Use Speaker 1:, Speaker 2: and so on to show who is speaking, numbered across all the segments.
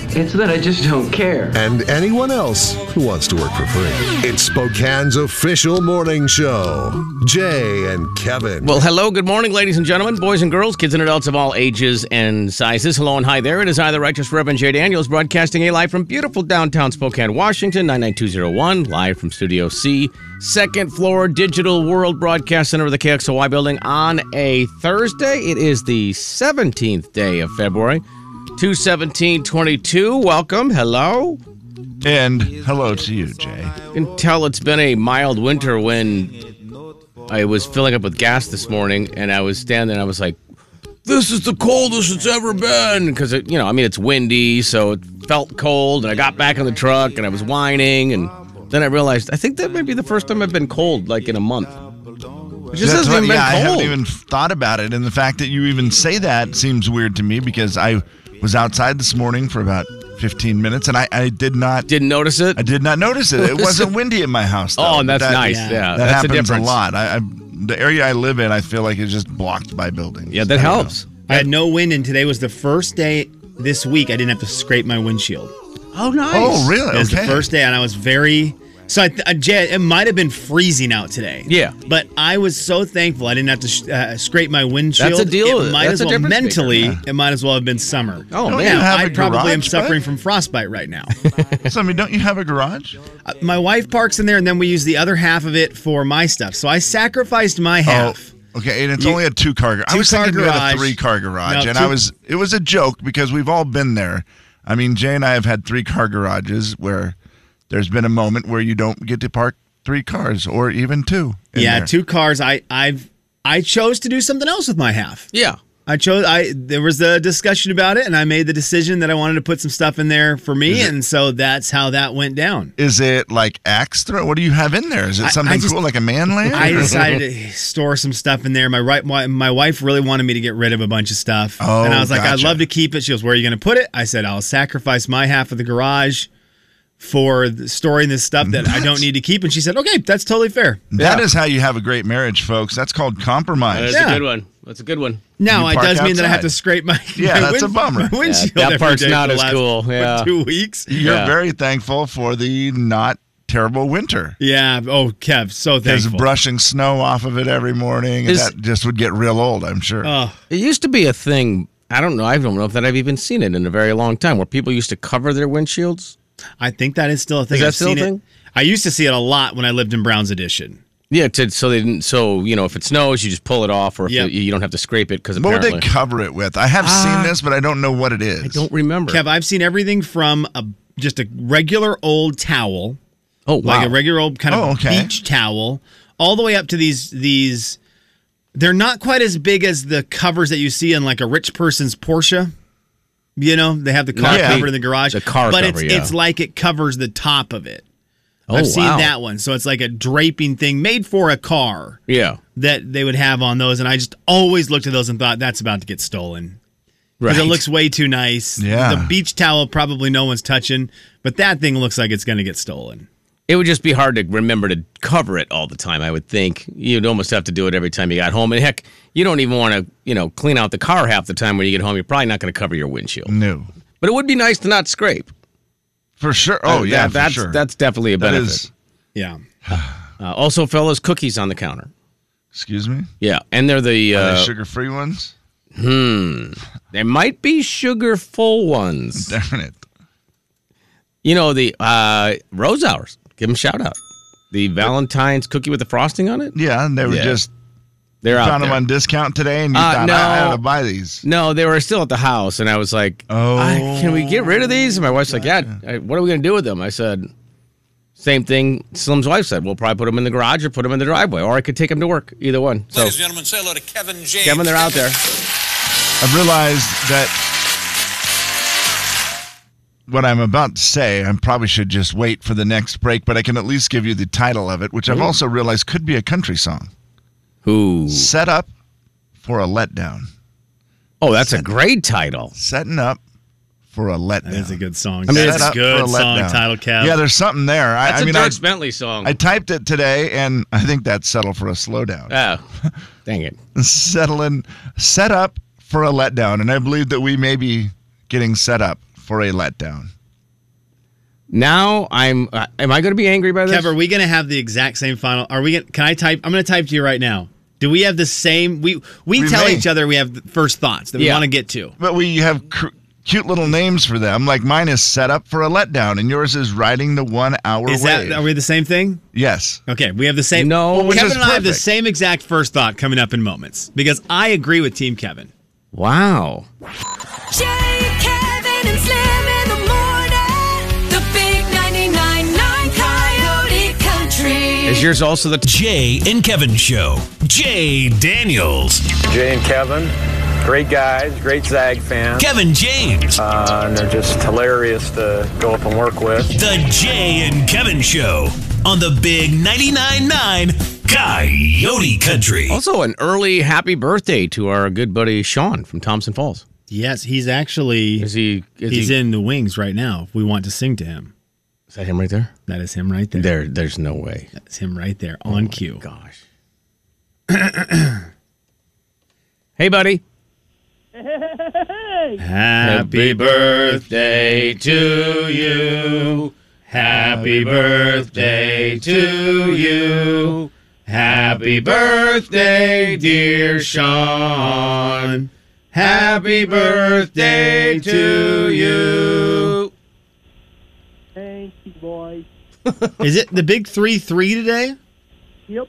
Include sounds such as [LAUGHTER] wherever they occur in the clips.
Speaker 1: It's that I just don't care.
Speaker 2: and anyone else who wants to work for free. It's Spokane's official morning show. Jay and Kevin.
Speaker 3: Well, hello, good morning, ladies and gentlemen, boys and girls, kids and adults of all ages and sizes. Hello and hi there. It is I, the Righteous Reverend Jay Daniels, broadcasting a live from beautiful downtown Spokane, Washington, 99201, live from Studio C, second floor, Digital World Broadcast Center of the KXOY building on a Thursday. It is the 17th day of February, 21722. Welcome. Hello.
Speaker 4: And hello to you, Jay.
Speaker 3: You can tell it's been a mild winter when I was filling up with gas this morning and I was standing and I was like, this is the coldest it's ever been. Because, you know, I mean, it's windy, so it felt cold. And I got back in the truck and I was whining. And then I realized, I think that might be the first time I've been cold, like in a month. It just hasn't
Speaker 4: That's what-
Speaker 3: even been
Speaker 4: yeah, I
Speaker 3: cold.
Speaker 4: haven't even thought about it, and the fact that you even say that seems weird to me because I was outside this morning for about 15 minutes, and I, I did not
Speaker 3: Didn't notice it.
Speaker 4: I did not notice it.
Speaker 3: [LAUGHS]
Speaker 4: It wasn't windy in my house. Though,
Speaker 3: Oh, and
Speaker 4: but
Speaker 3: that's nice. Yeah,
Speaker 4: that
Speaker 3: that's the
Speaker 4: happens
Speaker 3: difference.
Speaker 4: lot. I, I, the area I live in, I feel like it's just blocked by buildings.
Speaker 3: yeah, that
Speaker 4: I don't
Speaker 3: helps.
Speaker 5: I had no wind, and today was the first day this week I didn't have to scrape my windshield.
Speaker 3: Oh, nice.
Speaker 4: know. Oh,
Speaker 5: It
Speaker 4: really?
Speaker 5: was
Speaker 4: Okay.
Speaker 5: the first day, and I was very. So I, th- I, Jay, it might have been freezing out today.
Speaker 3: Yeah.
Speaker 5: but I was so thankful I didn't have to sh- uh, scrape my windshield.
Speaker 3: That's a deal with
Speaker 5: It
Speaker 3: it.
Speaker 5: might
Speaker 3: That's
Speaker 5: as
Speaker 3: a
Speaker 5: well
Speaker 3: difference maker.
Speaker 5: mentally. It might as well have been summer.
Speaker 3: Oh,
Speaker 4: Don't
Speaker 3: man.
Speaker 4: you have
Speaker 5: I
Speaker 4: a
Speaker 5: probably am
Speaker 4: garage,
Speaker 5: suffering
Speaker 4: bud?
Speaker 5: from frostbite right now. [LAUGHS]
Speaker 4: So, I mean, don't you have a garage?
Speaker 5: Uh, my wife parks in there, and then we use the other half of it for my stuff. So I sacrificed my half.
Speaker 4: Oh, okay, and it's
Speaker 5: You-
Speaker 4: only a two-car. garage. I was
Speaker 5: two-car
Speaker 4: thinking we had a
Speaker 5: garage.
Speaker 4: three-car garage,
Speaker 5: No,
Speaker 4: and
Speaker 5: two-
Speaker 4: I was. It was a joke because we've all been there. I mean, Jay and I have had three-car garages where there's been a moment where you don't get to park three cars or even two. in
Speaker 5: yeah,
Speaker 4: there.
Speaker 5: two cars. I I've I chose to do something else with my half.
Speaker 3: Yeah.
Speaker 5: I chose. I there was a discussion about it, and I made the decision that I wanted to put some stuff in there for me, and so that's how that went down.
Speaker 4: Is it like axe throw? What do you have in there? Is
Speaker 5: I- I
Speaker 4: it something
Speaker 5: just-
Speaker 4: cool like a man lamp? [LAUGHS]
Speaker 5: I decided to store some stuff in there. My right, my, my wife really wanted me to get rid of a bunch of stuff,
Speaker 4: Oh,
Speaker 5: and I was like, I'd
Speaker 4: gotcha.
Speaker 5: love to keep it. She goes, "Where are you going to put it?" I said, "I'll sacrifice my half of the garage for th- storing this stuff that I don't
Speaker 4: That's-
Speaker 5: need to keep." And she said, "Okay, that's totally fair."
Speaker 4: That
Speaker 3: Yeah.
Speaker 4: is how you have a great marriage, folks. That's called compromise.
Speaker 3: That's
Speaker 5: Yeah.
Speaker 3: a good one. That's a good one.
Speaker 5: Now
Speaker 4: You
Speaker 5: it
Speaker 4: park
Speaker 5: does mean that I have
Speaker 4: outside.
Speaker 5: to scrape my
Speaker 4: Yeah,
Speaker 5: my
Speaker 4: that's a bummer.
Speaker 5: my windshield.
Speaker 3: Yeah, that
Speaker 5: every
Speaker 3: part's
Speaker 5: day
Speaker 3: not
Speaker 5: for the
Speaker 3: as
Speaker 5: last, [LAUGHS]
Speaker 3: cool.
Speaker 5: what,
Speaker 3: Yeah.
Speaker 5: two weeks.
Speaker 4: You're
Speaker 3: Yeah.
Speaker 4: very thankful for the not terrible winter.
Speaker 5: Yeah. Oh, Kev, so
Speaker 4: Because
Speaker 5: thankful.
Speaker 4: brushing snow off of it every morning,
Speaker 3: Is-
Speaker 4: that just would get real old, I'm sure.
Speaker 5: Oh,
Speaker 3: It used to be a thing. I don't know. I don't know if that I've even seen it in a very long time, where people used to cover their windshields.
Speaker 5: I think that is still a thing.
Speaker 3: Is that
Speaker 5: I've
Speaker 3: still a
Speaker 5: seen it-
Speaker 3: thing?
Speaker 5: I used to see it a lot when I lived in Brown's Edition.
Speaker 3: Yeah, to, so they didn't. So you know, if it snows, you just pull it off, or if
Speaker 5: Yep.
Speaker 3: it- you don't have to scrape it because
Speaker 4: what would
Speaker 3: apparently Ah.
Speaker 4: they cover it with? I have seen this, but I don't know what it is.
Speaker 3: I don't remember.
Speaker 5: Kev, I've seen everything from a just a regular old towel,
Speaker 3: oh wow,
Speaker 5: like a regular old kind of
Speaker 4: Oh, okay.
Speaker 5: beach towel, all the way up to these these. They're not quite as big as the covers that you see in like a rich person's Porsche. You know, they have the car
Speaker 3: Not
Speaker 4: the-
Speaker 5: covered in the garage,
Speaker 3: the car
Speaker 5: but
Speaker 3: cover,
Speaker 5: it's
Speaker 3: yeah.
Speaker 5: it's like it covers the top of it.
Speaker 3: oh
Speaker 5: I've seen
Speaker 3: wow.
Speaker 5: that one, so it's like a draping thing made for a car.
Speaker 3: Yeah,
Speaker 5: that they would have on those, and I just always looked at those and thought that's about to get stolen
Speaker 3: right.
Speaker 5: because it looks way too nice.
Speaker 4: Yeah.
Speaker 5: the beach towel probably no one's touching, but that thing looks like it's going to get stolen.
Speaker 3: It would just be hard to remember to cover it all the time. I would think you'd almost have to do it every time you got home. And heck, you don't even want to you know clean out the car half the time when you get home. You're probably not going to cover your windshield.
Speaker 4: No.
Speaker 3: But it would be nice to not scrape.
Speaker 4: For sure. Oh,
Speaker 3: Uh, that-
Speaker 4: yeah, for
Speaker 3: that's
Speaker 4: sure.
Speaker 3: that's definitely a
Speaker 4: That
Speaker 3: benefit.
Speaker 4: is-
Speaker 5: Yeah,
Speaker 3: Uh, also, fellas, cookies on the counter.
Speaker 4: excuse me?
Speaker 3: Yeah, and they're the
Speaker 4: Are they
Speaker 3: uh,
Speaker 4: sugar free ones? [LAUGHS]
Speaker 3: they might be sugar full ones.
Speaker 4: Darn it.
Speaker 3: You know the uh, rose hours. Give them a shout out. The Valentine's cookie with the frosting on it.
Speaker 4: Yeah, and they were
Speaker 3: Yeah.
Speaker 4: just
Speaker 3: They're out
Speaker 4: found them
Speaker 3: there.
Speaker 4: on discount today, and you
Speaker 3: Uh,
Speaker 4: thought,
Speaker 3: no.
Speaker 4: I, I gotta buy these.
Speaker 3: no, they were still at the house, and I was like,
Speaker 4: Oh.
Speaker 3: "I- "Can we get rid of these?" And my wife's like, "Yeah, I- what are we gonna do with them?" I said, Same thing Slim's wife said. We'll probably put them in the garage or put them in the driveway, or I could take them to work. Either one. So,
Speaker 6: Ladies and gentlemen, say hello to Kevin James.
Speaker 3: Kevin, they're out there.
Speaker 4: I've realized that what I'm about to say, I probably should just wait for the next break, but I can at least give you the title of it, which I've also realized could be a country song.
Speaker 3: Who?
Speaker 4: Set up for a letdown.
Speaker 3: Oh, that's a great title.
Speaker 4: Setting up for a letdown.
Speaker 5: That is a good song.
Speaker 3: I mean,
Speaker 4: Set
Speaker 3: it's
Speaker 5: that's a
Speaker 4: up for
Speaker 5: good song
Speaker 4: letdown.
Speaker 5: title, Kev.
Speaker 4: Yeah, there's something there. I,
Speaker 3: That's
Speaker 4: I
Speaker 3: a
Speaker 4: mean, I,
Speaker 3: George Bentley song.
Speaker 4: I typed it today, and I think that's settled for a slowdown.
Speaker 3: oh, dang it.
Speaker 4: [LAUGHS] Settling, set up for a letdown, and I believe that we may be getting set up for a letdown.
Speaker 3: Now I'm. Uh, am I going to be angry by this?
Speaker 5: Kev, are we going to have the exact same final? Are we? Gonna, can I type? I'm going to type to you right now. Do we have the same? We we,
Speaker 4: We
Speaker 5: tell
Speaker 4: may.
Speaker 5: each other we have the first thoughts that we
Speaker 3: Yeah.
Speaker 5: want to get to.
Speaker 4: But we have cr- cute little names for them. Like mine is set up for a letdown, and yours is riding the one hour
Speaker 5: Is
Speaker 4: wave.
Speaker 5: that? Are we the same thing?
Speaker 4: yes.
Speaker 5: Okay, we have the same.
Speaker 3: No.
Speaker 5: well,
Speaker 3: Which
Speaker 5: Kevin
Speaker 4: is
Speaker 5: and I have the
Speaker 4: perfect.
Speaker 5: same exact first thought coming up in moments because I agree with Team Kevin.
Speaker 3: wow.
Speaker 7: Jay, Kevin, and Slim in the morning. The big 99.9 Coyote Country.
Speaker 3: Is yours also the?
Speaker 6: Jay and Kevin Show. Jay Daniels.
Speaker 8: Jay and Kevin, great guys, great Zag fans.
Speaker 6: Kevin James.
Speaker 8: Uh, and they're just hilarious to go up and work with.
Speaker 6: the Jay and Kevin Show on the Big 99.9 9 Coyote Country.
Speaker 3: Also, an early happy birthday to our good buddy Sean from Thompson Falls.
Speaker 5: Yes, he's actually
Speaker 3: Is he? Is
Speaker 5: he's
Speaker 3: he,
Speaker 5: in the wings right now. If we want to sing to him,
Speaker 3: Is that him right there?
Speaker 5: that is him right there. Oh
Speaker 3: There, there's no way.
Speaker 5: That's him right there on cue.
Speaker 3: Gosh. [CLEARS THROAT] hey, buddy.
Speaker 5: Happy birthday to you. Happy birthday to you. Happy birthday, dear Sean. Happy birthday to
Speaker 3: Uh,
Speaker 5: you. Thank you, boys. Is it the big 3 3 today? Uh, who-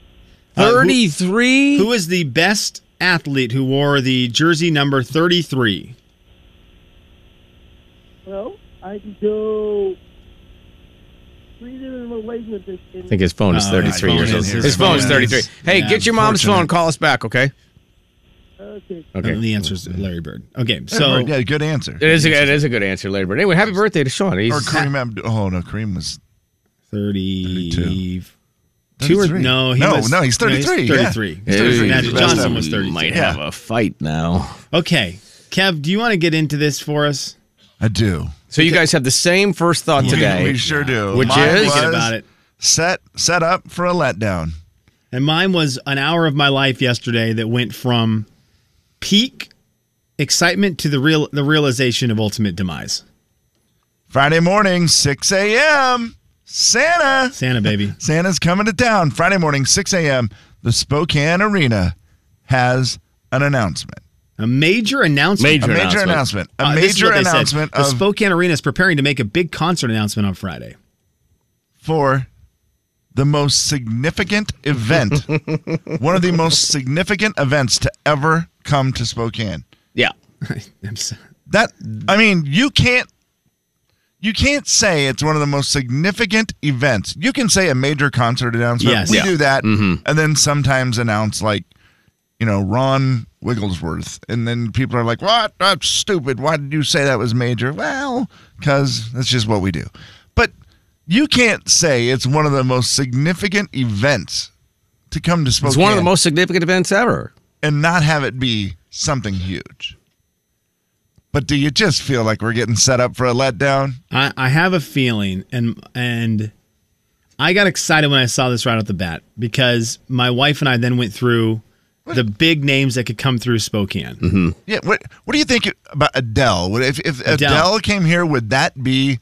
Speaker 3: Thirty-three.
Speaker 5: Who is the best athlete who wore the jersey number 33?
Speaker 3: I think his phone is
Speaker 5: Uh,
Speaker 3: 33
Speaker 4: his phone
Speaker 3: years old.
Speaker 4: is-
Speaker 3: His,
Speaker 4: his
Speaker 3: phone is
Speaker 4: phone
Speaker 3: 33.
Speaker 5: is-
Speaker 3: hey,
Speaker 5: yeah,
Speaker 3: get your mom's
Speaker 4: unfortunate.
Speaker 3: phone. Call us back, okay? Okay.
Speaker 5: And
Speaker 3: Okay.
Speaker 5: the answer is Larry Bird. Okay,
Speaker 4: So
Speaker 5: so
Speaker 4: [LAUGHS] yeah, good answer.
Speaker 3: It is, a, it is a good answer, Larry. But anyway, happy birthday to Sean.
Speaker 4: Or
Speaker 3: He's
Speaker 4: Kareem Abdul. Oh no, Kareem was
Speaker 5: 30,
Speaker 4: 32.
Speaker 5: two or
Speaker 4: 33.
Speaker 5: no, he
Speaker 4: no,
Speaker 5: was,
Speaker 4: no, he's thirty-three. yeah.
Speaker 5: 33.
Speaker 4: He's
Speaker 3: Hey,
Speaker 4: 33.
Speaker 5: Magic
Speaker 4: He's
Speaker 5: Johnson
Speaker 4: best
Speaker 5: was
Speaker 3: You
Speaker 4: of-
Speaker 5: 32.
Speaker 3: might
Speaker 4: Yeah.
Speaker 3: have a fight now.
Speaker 5: Okay, Kev, do you want to get into this for us?
Speaker 4: I do.
Speaker 3: So you guys have the same first thought
Speaker 4: We,
Speaker 3: today.
Speaker 4: we sure do.
Speaker 3: Which
Speaker 4: Mine
Speaker 3: is-
Speaker 4: was
Speaker 5: Thinking about it.
Speaker 4: set set up for a letdown.
Speaker 5: And mine was an hour of my life yesterday that went from peak excitement to the real the realization of ultimate demise.
Speaker 4: Friday morning, 6 a.m. Santa.
Speaker 5: Santa baby.
Speaker 4: Santa's coming to town. Friday morning, 6 a.m. The Spokane Arena has an announcement.
Speaker 5: A major announcement.
Speaker 3: Major
Speaker 4: A major
Speaker 3: announcement.
Speaker 4: announcement. A
Speaker 5: Uh, this is
Speaker 4: major
Speaker 5: what they said.
Speaker 4: announcement
Speaker 5: The
Speaker 4: of
Speaker 5: Spokane Arena is preparing to make a big concert announcement on
Speaker 4: [LAUGHS]
Speaker 5: Friday.
Speaker 4: for the most significant
Speaker 5: [LAUGHS]
Speaker 4: event. One of the most significant events to ever come to Spokane.
Speaker 3: Yeah.
Speaker 5: I'm so-
Speaker 4: That I mean, you can't you can't say it's one of the most significant events. You can say a major concert announcement.
Speaker 5: Yes.
Speaker 4: we
Speaker 5: Yeah.
Speaker 4: do that,
Speaker 3: Mm-hmm.
Speaker 4: and then sometimes announce like, you know, Ron Wigglesworth, and then people are like, "What? That's stupid. Why did you say that was major?" Well, because that's just what we do. But you can't say it's one of the most significant events to come to Spokane
Speaker 3: It's one of the most significant events ever.
Speaker 4: and not have it be something huge. But do you just feel like we're getting set up for a letdown?
Speaker 5: I, I have a feeling, and and I got excited when I saw this right off the bat because my wife and I then went through the big names that could come through Spokane.
Speaker 4: Yeah. What What do you think about Adele? Would- If if Adele, came here, would that be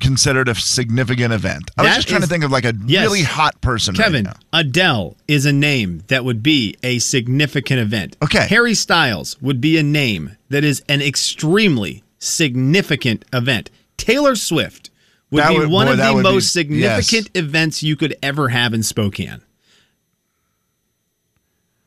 Speaker 4: considered a significant event? I
Speaker 5: That
Speaker 4: was just trying
Speaker 5: is-
Speaker 4: to think of like a
Speaker 5: Yes.
Speaker 4: really hot person. right
Speaker 5: Kevin
Speaker 4: now.
Speaker 5: Adele is a name that would be a significant event.
Speaker 4: Okay.
Speaker 5: Harry Styles would be a name that is an extremely significant event. Taylor Swift would
Speaker 4: That
Speaker 5: be
Speaker 4: would-
Speaker 5: one
Speaker 4: boy,
Speaker 5: of
Speaker 4: that
Speaker 5: the
Speaker 4: would be-
Speaker 5: most significant events you could ever have in Spokane.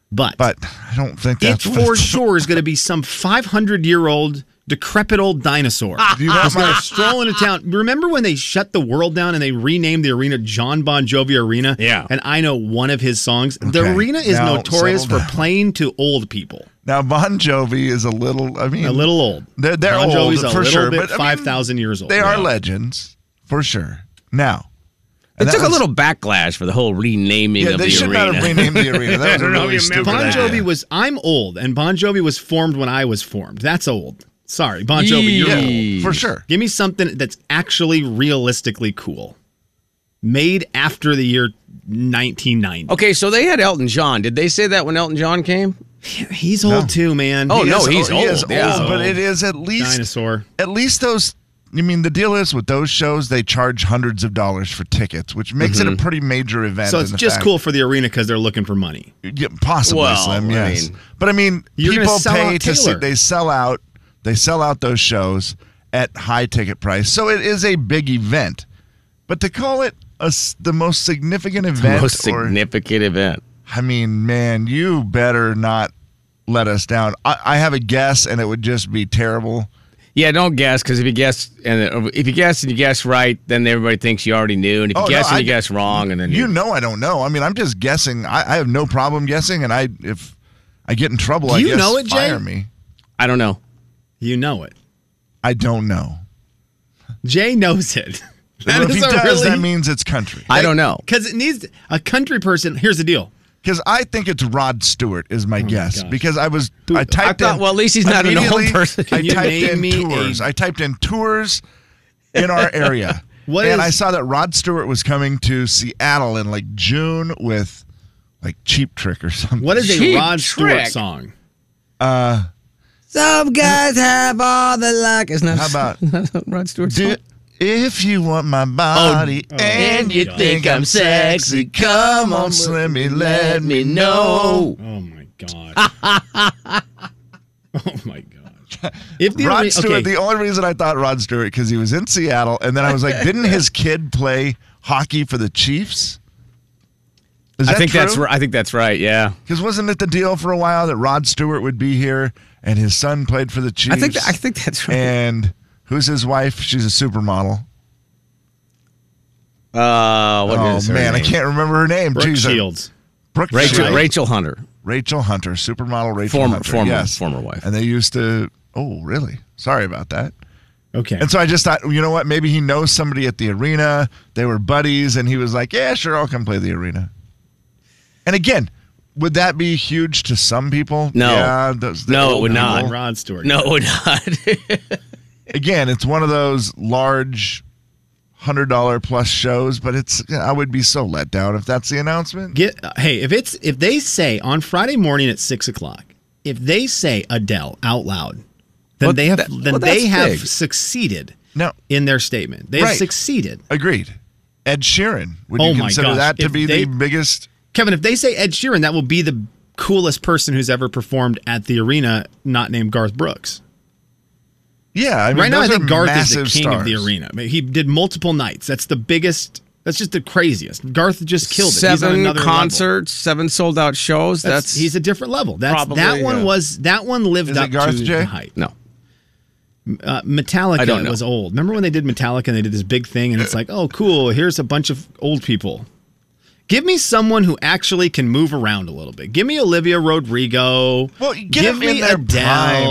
Speaker 5: But
Speaker 4: But I don't think
Speaker 5: it
Speaker 4: that's what
Speaker 5: for
Speaker 4: it's-
Speaker 5: sure is going to be some 500 year old decrepit old
Speaker 4: [LAUGHS]
Speaker 5: dinosaur.
Speaker 4: Do you want
Speaker 5: He's gonna
Speaker 4: my-
Speaker 5: stroll into town. Remember when they shut the world down and they renamed the arena John Bon Jovi Arena? Yeah. And I know one of his songs.
Speaker 4: Okay,
Speaker 5: The arena is
Speaker 4: now
Speaker 5: notorious
Speaker 4: settle
Speaker 5: for
Speaker 4: down.
Speaker 5: playing to old people.
Speaker 4: Now Bon Jovi is a little. I mean,
Speaker 5: A little old.
Speaker 4: Mm. They're they're
Speaker 5: Bon
Speaker 4: old
Speaker 5: Jovi's a
Speaker 4: for
Speaker 5: little
Speaker 4: sure,
Speaker 5: bit
Speaker 4: but I mean,
Speaker 5: 5,000 years old.
Speaker 4: They are
Speaker 5: Yeah.
Speaker 4: legends for sure. Now,
Speaker 3: It
Speaker 4: and that
Speaker 3: took a
Speaker 4: was-
Speaker 3: little backlash for the whole renaming
Speaker 4: Yeah,
Speaker 3: of
Speaker 4: they
Speaker 3: the
Speaker 4: should
Speaker 3: arena.
Speaker 4: not have renamed the arena. That was a
Speaker 3: I don't know
Speaker 4: really
Speaker 3: if you remember
Speaker 4: stupid
Speaker 5: Bon
Speaker 4: idea.
Speaker 5: Jovi was. I'm old, and Bon Jovi was formed when I was formed. That's old. Sorry, Bon Jovi, you're
Speaker 4: Yeah,
Speaker 5: old
Speaker 4: for sure.
Speaker 5: Give me something that's actually realistically cool, made after the year 1990.
Speaker 3: [LAUGHS] Okay, so they had Elton John. Did they say that when Elton John came?
Speaker 5: He's old too, man.
Speaker 3: Oh,
Speaker 5: He
Speaker 3: no,
Speaker 5: is
Speaker 3: he's
Speaker 4: He is
Speaker 3: old. Yeah.
Speaker 4: old, but it is at least
Speaker 5: dinosaur.
Speaker 4: at least those. I mean, the deal is with those shows, they charge hundreds of dollars for tickets, which makes it a pretty major event.
Speaker 5: Mm-hmm. So
Speaker 4: in
Speaker 5: it's
Speaker 4: the
Speaker 5: just
Speaker 4: fact-
Speaker 5: cool for the arena because they're looking for money.
Speaker 4: Yeah, possibly,
Speaker 3: Well,
Speaker 4: Slim.
Speaker 3: I
Speaker 4: Yes,
Speaker 3: mean-
Speaker 4: but I mean,
Speaker 5: You're gonna
Speaker 4: people
Speaker 5: sell
Speaker 4: pay
Speaker 5: out
Speaker 4: to see.
Speaker 5: Taylor.
Speaker 4: They sell out. They sell out those shows at high ticket price, so it is a big event. But to call it a s the most significant event,
Speaker 3: Most
Speaker 4: or-
Speaker 3: significant event.
Speaker 4: I mean, man, you better not let us down. I, I have a guess, and it would just be terrible.
Speaker 3: Yeah, don't guess because if you guess and if you guess and you guess right, then everybody thinks you already knew. And if you
Speaker 4: Oh, no,
Speaker 3: guess and
Speaker 4: I-
Speaker 3: you guess wrong, and then
Speaker 4: You know, I don't know. I mean, I'm just guessing. I, I have no problem guessing, and I if I get in trouble,
Speaker 5: Do
Speaker 4: I
Speaker 5: you
Speaker 4: guess
Speaker 5: know it, Jay?
Speaker 4: fire me.
Speaker 3: I don't know.
Speaker 5: You know it.
Speaker 4: I don't know.
Speaker 5: Jay knows [LAUGHS] it. That
Speaker 4: if
Speaker 5: is
Speaker 4: he
Speaker 5: a
Speaker 4: does,
Speaker 5: really-
Speaker 4: that means it's country.
Speaker 3: I don't know.
Speaker 5: because it needs a country person. Here's the deal.
Speaker 4: Because I think it's Rod Stewart is my guess.
Speaker 5: gosh.
Speaker 4: because I was I typed
Speaker 3: thought,
Speaker 4: in.
Speaker 3: well, at least he's not an old
Speaker 4: immediately,
Speaker 3: person.
Speaker 4: I
Speaker 5: Can you
Speaker 4: typed
Speaker 5: name
Speaker 4: in
Speaker 5: me a-
Speaker 4: tours. I typed in tours in our area,
Speaker 5: What
Speaker 4: and
Speaker 5: is-
Speaker 4: I saw that Rod Stewart was coming to Seattle in like June with like Cheap Trick or something.
Speaker 5: What is a
Speaker 3: Cheap
Speaker 5: Rod Stewart
Speaker 3: trick.
Speaker 5: song?
Speaker 3: Some guys have all the luck. It's not
Speaker 4: How
Speaker 3: [LAUGHS]
Speaker 4: about-
Speaker 3: Rod Stewart's
Speaker 4: Do,
Speaker 3: fault.
Speaker 4: if you want my body and you think I'm sexy, come on, Slimmy, let me know.
Speaker 5: Oh my [LAUGHS] god. oh my god. If the
Speaker 4: Rod
Speaker 5: ori-
Speaker 4: Stewart.
Speaker 5: okay,
Speaker 4: The only reason I thought Rod Stewart because he was in Seattle, and then I was
Speaker 3: [LAUGHS]
Speaker 4: like, didn't his kid play hockey for the Chiefs? Is
Speaker 3: I
Speaker 4: that
Speaker 3: think
Speaker 4: true?
Speaker 3: that's ri- I think that's right. Yeah,
Speaker 4: Because wasn't it the deal for a while that Rod Stewart would be here and his son played for the Chiefs?
Speaker 3: I think I think that's right.
Speaker 4: And who's his wife? She's a supermodel.
Speaker 3: Uh, what
Speaker 4: oh
Speaker 3: is her
Speaker 4: man, I
Speaker 3: name?
Speaker 4: can't remember her name.
Speaker 5: Brooke
Speaker 4: Jeez, I-
Speaker 5: Shields.
Speaker 4: Brooke
Speaker 3: Rachel
Speaker 4: Shields.
Speaker 3: Rachel Hunter.
Speaker 4: Rachel Hunter, supermodel Rachel
Speaker 3: Former-
Speaker 4: Hunter.
Speaker 3: former-
Speaker 4: yes.
Speaker 3: former wife.
Speaker 4: And they used to. Oh, really? Sorry about that.
Speaker 5: Okay.
Speaker 4: And so I just thought, you know what? Maybe he knows somebody at the arena. They were buddies, and he was like, "Yeah, sure, I'll come play the arena." And again, would that be huge to some people?
Speaker 3: No.
Speaker 4: yeah, those- the
Speaker 3: No, it
Speaker 4: old
Speaker 3: would not.
Speaker 4: people.
Speaker 5: Rod Stewart.
Speaker 3: No, we're
Speaker 5: [LAUGHS]
Speaker 3: not.
Speaker 4: Again, it's one of those large, hundred dollar plus shows, but it's I would be so let down if that's the announcement.
Speaker 5: Get uh, hey, if it's if they say on Friday morning at six o'clock, if they say Adele out loud, then
Speaker 3: Well,
Speaker 5: they have
Speaker 3: that-
Speaker 5: then
Speaker 3: well,
Speaker 5: they
Speaker 3: that's
Speaker 5: have
Speaker 3: big.
Speaker 5: succeeded
Speaker 4: No,
Speaker 5: in their statement. They have
Speaker 4: Right.
Speaker 5: succeeded.
Speaker 4: agreed. Ed Sheeran, would
Speaker 5: Oh
Speaker 4: you
Speaker 5: my
Speaker 4: consider
Speaker 5: gosh,
Speaker 4: that to
Speaker 5: if
Speaker 4: be
Speaker 5: they-
Speaker 4: the biggest?
Speaker 5: Kevin, if they say Ed Sheeran, that will be the coolest person who's ever performed at the arena, not named Garth Brooks.
Speaker 4: Yeah, I mean,
Speaker 5: right now, I
Speaker 4: those
Speaker 5: think
Speaker 4: are
Speaker 5: Garth is the
Speaker 4: massive
Speaker 5: king of the
Speaker 4: stars.
Speaker 5: arena. I mean, he did multiple nights. That's the biggest. That's just the craziest. Garth just killed it. He's on
Speaker 3: seven
Speaker 5: another level.
Speaker 3: concerts, seven sold out shows. That's,
Speaker 5: That's, he's a different level. That's
Speaker 3: Probably,
Speaker 5: that one
Speaker 3: yeah.
Speaker 5: was that one lived
Speaker 4: Is it
Speaker 5: up
Speaker 4: Garth,
Speaker 5: to
Speaker 4: Jay?
Speaker 5: the hype.
Speaker 3: no.
Speaker 5: Uh, Metallica
Speaker 3: I don't know.
Speaker 5: was old. Remember when they did Metallica and they did this big thing and it's like, oh, cool. Here's a bunch of old people. Give me someone who actually can move around a little bit. Give me Olivia Rodrigo.
Speaker 4: Well, get
Speaker 5: Give
Speaker 4: them
Speaker 5: me
Speaker 4: in their
Speaker 5: Adele.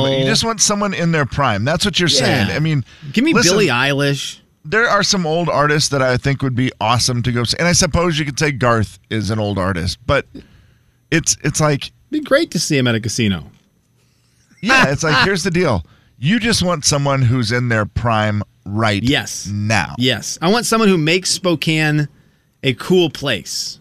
Speaker 4: prime. You just want someone in their prime. That's what you're saying.
Speaker 5: Yeah.
Speaker 4: I mean,
Speaker 5: Give me
Speaker 4: listen,
Speaker 5: Billie Eilish.
Speaker 4: There are some old artists that I think would be awesome to go see, and I suppose you could say Garth is an old artist, but it's it's like
Speaker 5: It'd be great to see him at a casino. [LAUGHS]
Speaker 4: yeah, it's like here's the deal. You just want someone who's in their prime right
Speaker 5: Yes.
Speaker 4: now.
Speaker 5: Yes. I want someone who makes Spokane a cool place.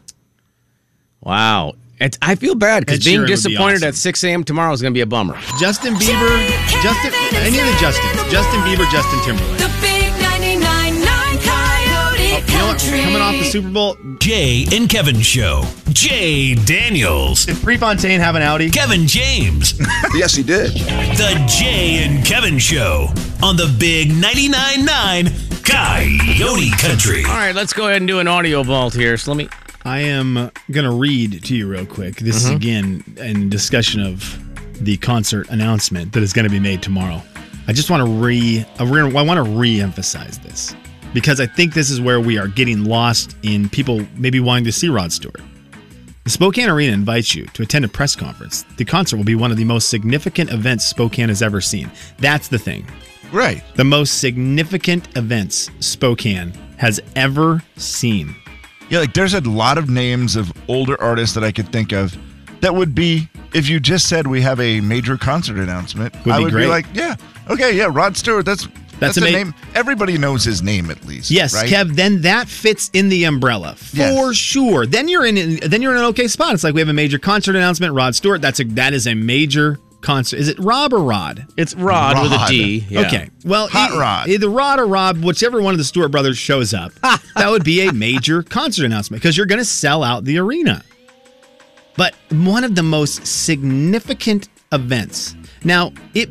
Speaker 3: Wow. It's, I feel bad
Speaker 5: Ed
Speaker 3: because being
Speaker 5: Sheeran would be
Speaker 3: disappointed at
Speaker 5: awesome.
Speaker 3: 6 a.m. tomorrow is going to be a bummer.
Speaker 5: Justin Bieber,
Speaker 7: Jay,
Speaker 5: Justin,
Speaker 7: Kevin, and
Speaker 5: any of
Speaker 7: Slim
Speaker 5: the
Speaker 7: in
Speaker 5: Justins,
Speaker 7: the
Speaker 5: Justin Bieber,
Speaker 7: morning.
Speaker 5: Justin Timberlake.
Speaker 7: The big 99.9 Coyote
Speaker 5: Oh, You know what?
Speaker 7: Country.
Speaker 5: Coming off the Super Bowl,
Speaker 6: Jay and Kevin Show. Jay Daniels.
Speaker 5: did Prefontaine have an Audi?
Speaker 6: Kevin
Speaker 3: [LAUGHS]
Speaker 6: James.
Speaker 9: Yes, he did.
Speaker 6: The Jay and Kevin Show on the Big 99.9 9 Coyote Country.
Speaker 3: All right, let's go ahead and do an audio vault here. So let me.
Speaker 5: I am gonna read to you real quick. This is again in discussion of the concert announcement that is gonna be made tomorrow. I just want to re I want to re-emphasize this because I think this is where we are getting lost in people maybe wanting to see Rod Stewart. The Spokane Arena invites you to attend a press conference. The concert will be one of the most significant events Spokane has ever seen. That's the thing.
Speaker 4: Right.
Speaker 5: The most significant events Spokane has ever seen.
Speaker 4: Yeah, like there's a lot of names of older artists that I could think of that would be if you just said we have a major concert announcement.
Speaker 5: Would
Speaker 4: I
Speaker 5: be
Speaker 4: would be
Speaker 5: great.
Speaker 4: like, yeah, okay, yeah, Rod Stewart. That's
Speaker 5: That's
Speaker 4: that's, a
Speaker 5: ama-
Speaker 4: name. Everybody knows his name at least.
Speaker 5: Yes,
Speaker 4: right?
Speaker 5: Kev. Then that fits in the umbrella for
Speaker 4: Yes.
Speaker 5: sure. Then you're in. Then you're in an okay spot. It's like we have a major concert announcement. Rod Stewart. That's a that is a major concert. Is it Rob or Rod?
Speaker 3: It's Rod with a D. yeah.
Speaker 5: Okay. Well,
Speaker 4: Hot
Speaker 5: e-
Speaker 4: Rod.
Speaker 5: Either Rod or Rob, whichever one of the Stewart brothers shows
Speaker 4: [LAUGHS]
Speaker 5: up, that would be a major concert announcement because you're going to sell out the arena. But one of the most significant events. Now it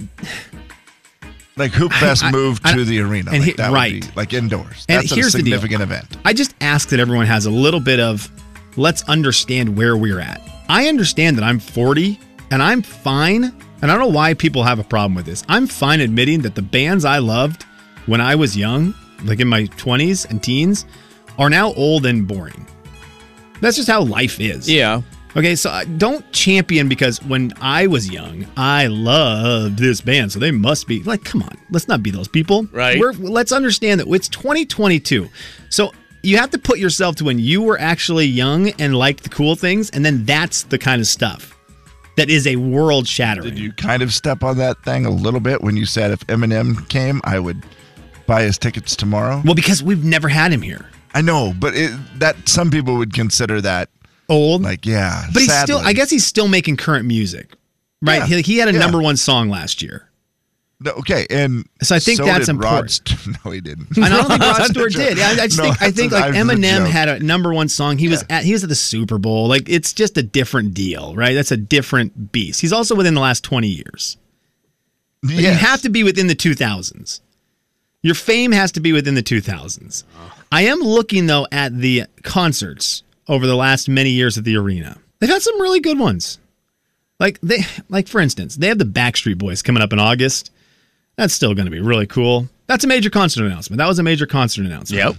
Speaker 4: Like Hoop Fest
Speaker 5: I-
Speaker 4: moved
Speaker 5: I-
Speaker 4: to the arena.
Speaker 5: and
Speaker 4: like,
Speaker 5: he-
Speaker 4: that would
Speaker 5: right.
Speaker 4: be, like indoors.
Speaker 5: And
Speaker 4: That's
Speaker 5: here's
Speaker 4: a
Speaker 5: the deal.
Speaker 4: significant event.
Speaker 5: I just ask that everyone has a little bit of let's understand where we're at. I understand that I'm 40 and I'm fine. And I don't know why people have a problem with this. I'm fine admitting that the bands I loved when I was young, like in my 20s and teens, are now old and boring. That's just how life is.
Speaker 3: Yeah.
Speaker 5: Okay, so I- don't champion because when I was young, I loved this band, so they must be like, come on, let's not be those people.
Speaker 3: Right.
Speaker 5: We're, let's understand that it's 2022. So you have to put yourself to when you were actually young and liked the cool things, and then that's the kind of stuff that is a world shattering.
Speaker 4: Did you kind of step on that thing a little bit when you said if Eminem came, I would buy his tickets tomorrow?
Speaker 5: well, because we've never had him here.
Speaker 4: I know, but it, that some people would consider that
Speaker 5: Old.
Speaker 4: like yeah.
Speaker 5: But he's still,
Speaker 4: sadly.
Speaker 5: I guess he's still making current music, right?
Speaker 4: Yeah,
Speaker 5: He, he had a
Speaker 4: yeah.
Speaker 5: number one song last year.
Speaker 4: No, okay, and
Speaker 5: So I think that's
Speaker 4: did Rod
Speaker 5: important.
Speaker 4: St- [LAUGHS] no, he didn't.
Speaker 5: And [LAUGHS] I don't think Rod
Speaker 4: That's a
Speaker 5: Stewart
Speaker 4: joke.
Speaker 5: did. I, I just
Speaker 4: No,
Speaker 5: think I
Speaker 4: that's
Speaker 5: think
Speaker 4: an-
Speaker 5: like
Speaker 4: I'm a
Speaker 5: Eminem
Speaker 4: joke.
Speaker 5: had a number one song. He was at he was at the Super Bowl. Like it's just a different deal, right? That's a different beast. He's also within the last twenty years. Like,
Speaker 4: Yes.
Speaker 5: You have to be within the two thousands. Your fame has to be within the two thousands.
Speaker 4: Uh-huh.
Speaker 5: I am looking though at the concerts over the last many years at the arena. They've had some really good ones. Like they like for instance, they have the Backstreet Boys coming up in August. That's still going to be really cool. That's a major concert announcement. That was a major concert announcement.
Speaker 3: Yep.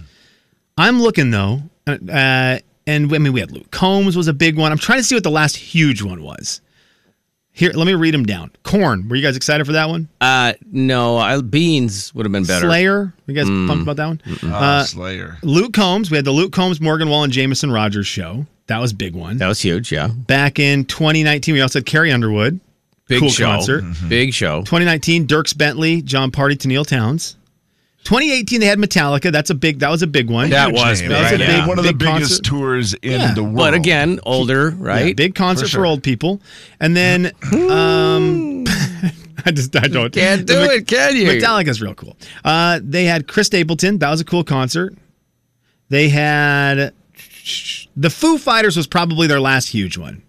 Speaker 5: I'm looking though, uh, and I mean we had Luke Combs was a big one. I'm trying to see what the last huge one was. Here, let me read them down. Corn, were you guys excited for that one?
Speaker 3: Uh, no, I, beans would have been better. Mm.
Speaker 5: Slayer, you guys pumped about that one?
Speaker 4: Oh,
Speaker 5: Uh,
Speaker 4: Slayer.
Speaker 5: Luke Combs, we had the Luke Combs, Morgan Wall, and Jameson Rogers show. That was a big one.
Speaker 3: That was huge. Yeah.
Speaker 5: Back in 2019, we also had Carrie Underwood.
Speaker 3: Big
Speaker 5: Cool
Speaker 3: show.
Speaker 5: concert. Mm-hmm.
Speaker 3: Big show.
Speaker 5: 2019, Dirks Bentley, John Party, Tennille Towns. 2018, they had Metallica. That's a big. That was a big one.
Speaker 3: That
Speaker 4: Huge
Speaker 3: was
Speaker 4: name,
Speaker 3: big,
Speaker 4: right?
Speaker 3: yeah.
Speaker 4: one of the
Speaker 5: Big concert.
Speaker 4: biggest tours in
Speaker 5: Yeah.
Speaker 4: the world.
Speaker 3: But again, older,
Speaker 5: Yeah,
Speaker 3: right?
Speaker 5: big concert for,
Speaker 4: sure.
Speaker 5: old people. And then um [LAUGHS] I just I don't
Speaker 3: Can't
Speaker 5: [LAUGHS]
Speaker 3: do
Speaker 5: the
Speaker 3: it, can you?
Speaker 5: Metallica's real cool. Uh they had Chris Stapleton, that was a cool concert. They had the Foo Fighters was probably their last huge one.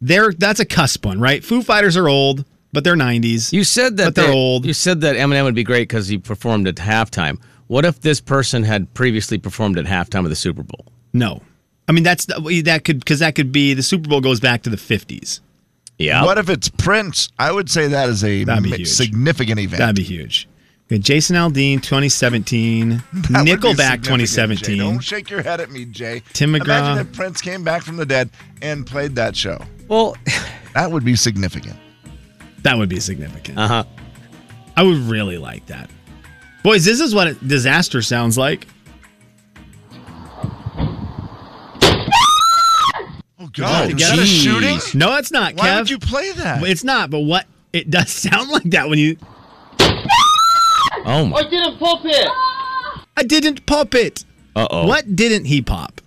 Speaker 5: They're that's a cusp one, right? Foo Fighters are old, but they're 90s.
Speaker 3: You said that
Speaker 5: But they're
Speaker 3: they-
Speaker 5: old.
Speaker 3: You said that Eminem would be great because he performed at halftime. What if this person had previously performed at halftime of the Super Bowl?
Speaker 5: no. I mean that's that could cuz that could be the Super Bowl goes back to the 50s.
Speaker 3: Yeah.
Speaker 4: what if it's Prince? I would say that is a
Speaker 5: That'd be
Speaker 4: mi-
Speaker 5: huge.
Speaker 4: significant event.
Speaker 5: That'd be huge. Okay, Jason Aldean, 2017.
Speaker 4: [LAUGHS] That would be
Speaker 5: Nickelback,
Speaker 4: significant, Jay.
Speaker 5: 2017
Speaker 4: Don't shake your head at me, Jay.
Speaker 5: Tim McGraw.
Speaker 4: Imagine if Prince came back from the dead and played that show.
Speaker 3: Well,
Speaker 4: That would be significant.
Speaker 5: That would be significant.
Speaker 3: uh huh.
Speaker 5: I would really like that. Boys, this is what a disaster sounds like.
Speaker 4: Oh God!
Speaker 5: Oh,
Speaker 4: is that a
Speaker 5: geez.
Speaker 4: shooting?
Speaker 5: No, it's not,
Speaker 4: Why
Speaker 5: Kev.
Speaker 4: would you play that?
Speaker 5: it's not, but what it [LAUGHS] does sound like that when you
Speaker 3: Oh my.
Speaker 9: didn't pop it.
Speaker 5: I didn't pop it.
Speaker 3: Uh oh.
Speaker 5: What didn't he pop?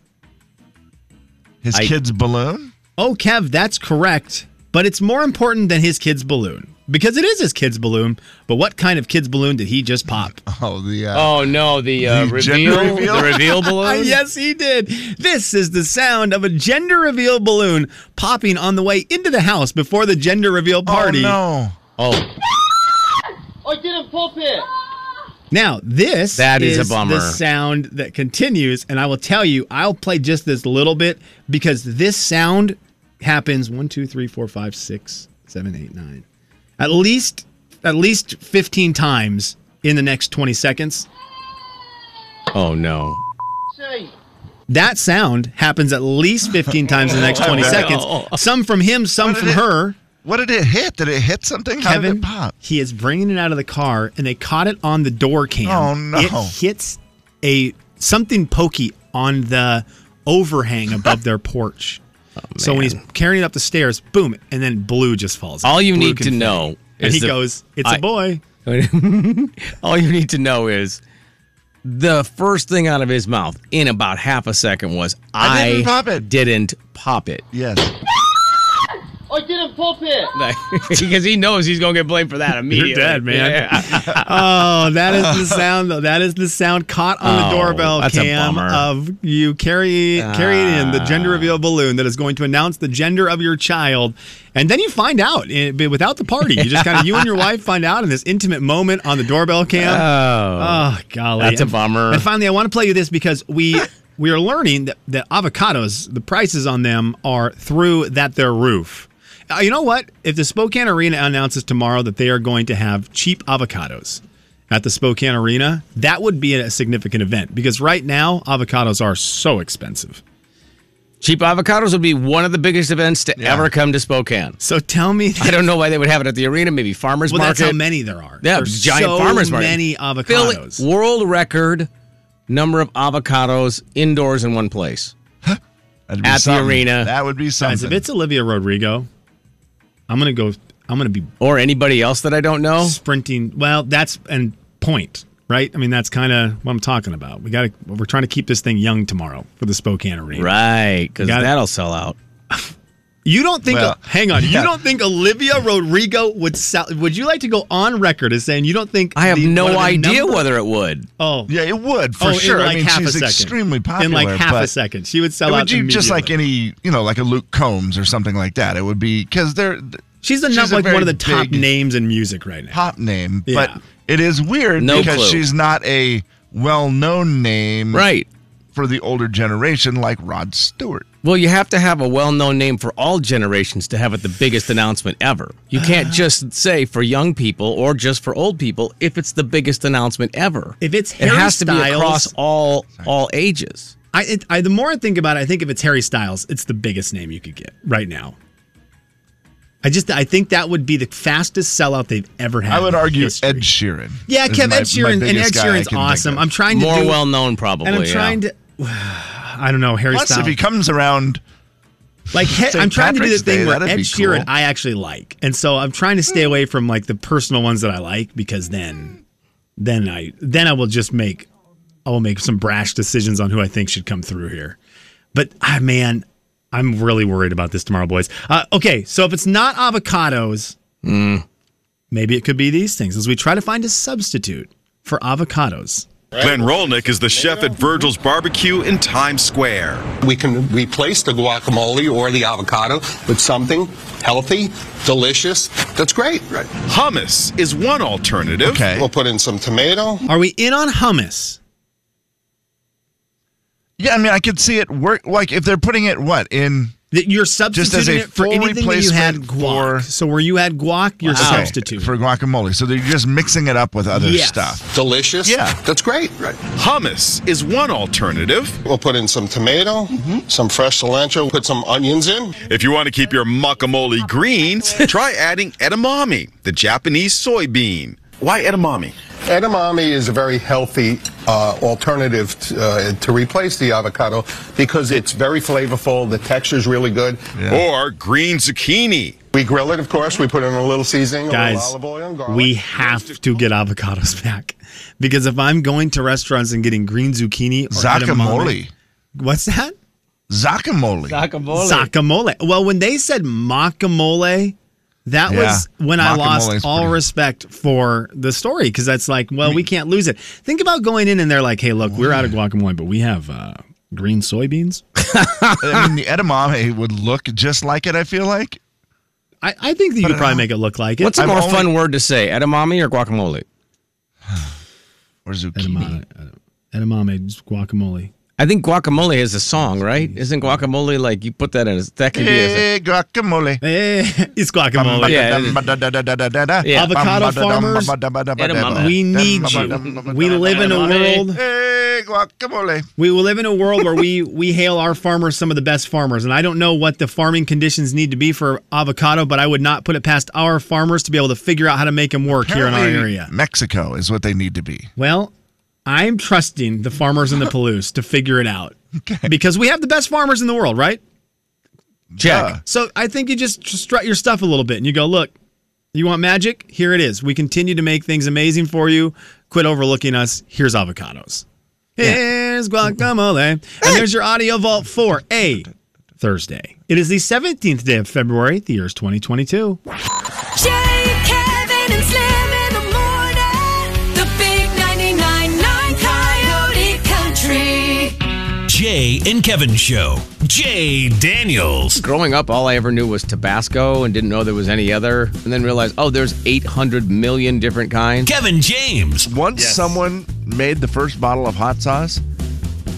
Speaker 4: His
Speaker 3: I-
Speaker 4: kid's balloon.
Speaker 5: Oh, Kev, that's correct, but it's more important than his kid's balloon. Because it is his kid's balloon, but what kind of kid's balloon did he just pop?
Speaker 4: Oh, the uh,
Speaker 3: Oh no! The, uh,
Speaker 4: The
Speaker 3: reveal,
Speaker 4: gender reveal?
Speaker 3: the
Speaker 4: [LAUGHS]
Speaker 3: reveal balloon.
Speaker 5: yes, he did. This is the sound of a gender reveal balloon popping on the way into the house before the gender reveal party.
Speaker 4: Oh,
Speaker 3: Oh,
Speaker 9: I didn't pop it.
Speaker 5: Now, this
Speaker 3: That is a bummer.
Speaker 5: the sound that continues, and I will tell you, I'll play just this little bit because this sound happens one, two, three, four, five, six, seven, eight, nine. At least at least 15 times in the next 20 seconds.
Speaker 3: Oh, no.
Speaker 5: That sound happens at least 15 times in the
Speaker 3: [LAUGHS]
Speaker 5: next 20 seconds. Some from him, some from her.
Speaker 4: What did it hit? Did it hit something? How did
Speaker 5: Kevin,
Speaker 4: it pop?
Speaker 5: he is bringing it out of the car, and they caught it on the door cam.
Speaker 4: Oh, no.
Speaker 5: It hits a something pokey on the overhang above
Speaker 4: [LAUGHS]
Speaker 5: their porch.
Speaker 3: Oh,
Speaker 5: so when he's carrying it up the stairs, boom, and then blue just falls.
Speaker 3: All
Speaker 5: out.
Speaker 3: you
Speaker 5: Blue
Speaker 3: need to
Speaker 5: confetti.
Speaker 3: know
Speaker 5: And
Speaker 3: is
Speaker 5: he
Speaker 3: the-
Speaker 5: goes, "It's a
Speaker 3: I-
Speaker 5: boy."
Speaker 3: All you need to know is the first thing out of his mouth in about half a second was,
Speaker 4: I
Speaker 3: I,
Speaker 4: didn't pop it."
Speaker 3: Didn't pop it. [LAUGHS]
Speaker 4: Yes.
Speaker 9: I didn't pop it.
Speaker 3: because he knows he's going to get blamed for that immediately.
Speaker 5: dead, man.
Speaker 3: Yeah.
Speaker 5: oh, that is
Speaker 3: [LAUGHS]
Speaker 5: the sound though. That is the sound caught on the
Speaker 3: Oh,
Speaker 5: doorbell
Speaker 3: that's a
Speaker 5: cam
Speaker 3: bummer. Ah.
Speaker 5: of you carry carrying in the gender reveal balloon that is going to announce the gender of your child, and then you find out eh, but without the party. You just kind of you and your wife find out in this intimate moment on the doorbell cam.
Speaker 3: [LAUGHS] Oh.
Speaker 5: Oh, golly,
Speaker 3: That's a
Speaker 5: And-
Speaker 3: bummer.
Speaker 5: And finally, I want to play you this because
Speaker 3: [LAUGHS]
Speaker 5: we we are learning that, that avocados, the prices on them are through that their roof. Uh, you know what? If the Spokane Arena announces tomorrow that they are going to have cheap avocados at the Spokane Arena, that would be a significant event because right now avocados are so expensive.
Speaker 3: Cheap avocados would be one of the biggest events to ever come to Spokane.
Speaker 5: So tell
Speaker 3: [LAUGHS]
Speaker 5: me,
Speaker 3: I don't know why they would have it at the arena. Maybe farmers
Speaker 5: well,
Speaker 3: market.
Speaker 5: that's how many there are.
Speaker 3: Yeah,
Speaker 5: There's
Speaker 3: giant
Speaker 5: so
Speaker 3: farmers market.
Speaker 5: Many
Speaker 3: Philly-
Speaker 5: avocados.
Speaker 3: world record number of avocados indoors in one place
Speaker 4: That'd be
Speaker 3: at the
Speaker 4: something.
Speaker 3: arena.
Speaker 4: That would be something.
Speaker 5: Guys, if it's Olivia Rodrigo, I'm gonna go. I'm gonna be
Speaker 3: or anybody else that I don't know.
Speaker 5: sprinting. Well, that's and point right. I mean, that's kind of what I'm talking about. We got to. We're trying to keep this thing young tomorrow for the Spokane Arena.
Speaker 3: Right, because
Speaker 5: Got it.
Speaker 3: that'll sell out.
Speaker 5: You don't think?
Speaker 4: Well,
Speaker 5: hang on.
Speaker 4: yeah.
Speaker 5: You don't think Olivia Rodrigo would sell? Would you like to go on record as saying you don't think?
Speaker 3: I have
Speaker 5: the-
Speaker 3: no
Speaker 5: one of the
Speaker 3: idea
Speaker 5: number-
Speaker 3: whether it would.
Speaker 5: Oh.
Speaker 4: yeah, it would for
Speaker 5: oh, in
Speaker 4: sure.
Speaker 5: like
Speaker 4: I mean,
Speaker 5: half a
Speaker 4: she's
Speaker 5: second.
Speaker 4: extremely popular.
Speaker 5: In like half a
Speaker 4: but-
Speaker 5: second, she would sell
Speaker 4: It
Speaker 5: out.
Speaker 4: would you just like
Speaker 5: immediately.
Speaker 4: any, you know, like a Luke Combs or something like that. It would be because they're
Speaker 5: She's, the,
Speaker 4: she's
Speaker 5: num-
Speaker 4: a
Speaker 5: like one
Speaker 4: very
Speaker 5: of the top
Speaker 4: big
Speaker 5: names in music right now.
Speaker 4: pop name,
Speaker 5: Yeah.
Speaker 4: but it is weird
Speaker 3: No
Speaker 4: because
Speaker 3: clue.
Speaker 4: she's not a well-known
Speaker 5: Hmm.
Speaker 4: name,
Speaker 3: Right.
Speaker 4: for the older generation like Rod Stewart.
Speaker 3: Well, you have to have a well-known name for all generations to have it the biggest announcement ever. You can't
Speaker 5: Ah.
Speaker 3: just say for young people or just for old people if it's the biggest announcement ever.
Speaker 5: If it's
Speaker 3: it
Speaker 5: Harry
Speaker 3: has to be
Speaker 5: Styles-
Speaker 3: across all all ages.
Speaker 5: I, it, I the more I think about it, I think if it's Harry Styles, it's the biggest name you could get right now. I just I think that would be the fastest sellout they've ever had.
Speaker 4: I would
Speaker 5: in
Speaker 4: argue
Speaker 5: history.
Speaker 4: Ed Sheeran.
Speaker 5: Yeah,
Speaker 4: is
Speaker 5: Kev
Speaker 4: my-
Speaker 5: Ed Sheeran
Speaker 4: my
Speaker 5: and Ed
Speaker 4: biggest guy I
Speaker 5: Sheeran's
Speaker 4: can think
Speaker 5: awesome.
Speaker 4: of.
Speaker 5: I'm trying to
Speaker 3: More
Speaker 5: do,
Speaker 3: well-known probably.
Speaker 5: and I'm trying
Speaker 3: yeah.
Speaker 5: to. [SIGHS] I don't know Harry
Speaker 4: Plus,
Speaker 5: Styles.
Speaker 4: if he comes around,
Speaker 5: like he,
Speaker 4: St.
Speaker 5: I'm trying to do
Speaker 4: Patrick's
Speaker 5: the thing
Speaker 4: Day,
Speaker 5: where
Speaker 4: that'd
Speaker 5: Ed
Speaker 4: be
Speaker 5: Sheeran
Speaker 4: cool.
Speaker 5: I actually like, and so I'm trying to stay away from like the personal ones that I like because then, then I then I will just make I will make some brash decisions on who I think should come through here. But ah, man, I'm really worried about this tomorrow, boys. Uh, okay, so if it's not avocados,
Speaker 4: Hmm.
Speaker 5: maybe it could be these things as we try to find a substitute for avocados.
Speaker 10: Glenn Rolnick is the chef at Virgil's Barbecue in Times Square.
Speaker 11: We can replace the guacamole or the avocado with something healthy, delicious, that's great. Right.
Speaker 10: Hummus is one alternative.
Speaker 4: okay,
Speaker 11: We'll put in some tomato.
Speaker 5: Are we in on hummus?
Speaker 4: yeah, I mean, I could see it work. Like if they're putting it what in
Speaker 5: That you're
Speaker 4: as
Speaker 5: substituting
Speaker 4: a
Speaker 5: it for
Speaker 4: full
Speaker 5: anything that you had
Speaker 4: replacement
Speaker 5: guac.
Speaker 4: for-
Speaker 5: so where you had guac, you're
Speaker 4: Okay,
Speaker 5: substituting.
Speaker 4: for guacamole, so they're just mixing it up with other
Speaker 5: Yes.
Speaker 4: stuff.
Speaker 11: Delicious.
Speaker 4: Yeah.
Speaker 11: That's great. Right.
Speaker 10: Hummus is one alternative. Mm-hmm.
Speaker 11: We'll put in some tomato, some fresh cilantro, put some onions in.
Speaker 10: If you want to keep your guacamole green, try adding edamame, the Japanese soybean. Why edamame?
Speaker 11: Edamame is a very healthy uh, alternative t- uh, to replace the avocado because it's very flavorful. The texture is really good.
Speaker 10: Or green zucchini.
Speaker 11: We grill it, of course. We put in a little seasoning,
Speaker 5: Guys,
Speaker 11: a little olive oil and garlic.
Speaker 5: we have to get avocados back because if I'm going to restaurants and getting green zucchini or edamame-
Speaker 4: Guacamole,
Speaker 5: what's that?
Speaker 4: guacamole.
Speaker 5: Guacamole. Well, when they said guacamole, that
Speaker 4: Yeah,
Speaker 5: was when I
Speaker 4: guacamole's
Speaker 5: lost all
Speaker 4: pretty-
Speaker 5: respect for the story because that's like, well, we can't lose it. Think about going in and they're like, hey, look, we're out of guacamole, but we have uh, green soybeans.
Speaker 4: I mean, the edamame would look just like it. I feel like
Speaker 5: I, I think that you could probably make it look like it.
Speaker 3: What's a
Speaker 4: I've
Speaker 3: more
Speaker 4: only-
Speaker 3: fun word to say, edamame or guacamole?
Speaker 4: or zucchini.
Speaker 5: edamame, edamame, guacamole.
Speaker 3: I think guacamole is a song, right? Isn't guacamole like you put that in? A, that could be as
Speaker 4: Hey, Eh, guacamole.
Speaker 5: it's
Speaker 3: guacamole. Yeah, it is.
Speaker 4: guacamole.
Speaker 3: Yeah.
Speaker 5: Avocado farmers, we need you. We live in a world.
Speaker 4: Hey, Eh, guacamole.
Speaker 5: We will live in a world where we we hail our farmers some of the best farmers, and I don't know what the farming conditions need to be for avocado, but I would not put it past our farmers to be able to figure out how to make them work here in our
Speaker 4: Apparently,
Speaker 5: area.
Speaker 4: Mexico is what they need to be.
Speaker 5: Well, I'm trusting the farmers in the Palouse to figure it out because we have the best farmers in the world, right?
Speaker 3: Check.
Speaker 5: So I think you just strut your stuff a little bit and you go, look, you want magic? Here it is. We continue to make things amazing for you. Quit overlooking us. Here's avocados. Here's guacamole. And there's your Audio Vault for a Thursday. It is the 17th day of February, the year is 2022.
Speaker 7: Jay, Kevin, and Slim in the morning. The big 99.9 Coyote Country.
Speaker 6: Jay and Kevin Show. Jay Daniels.
Speaker 3: Growing up, all I ever knew was Tabasco and didn't know there was any other, and then realized, oh, there's 800 million different kinds.
Speaker 6: Kevin James.
Speaker 12: Once someone made the first bottle of hot sauce,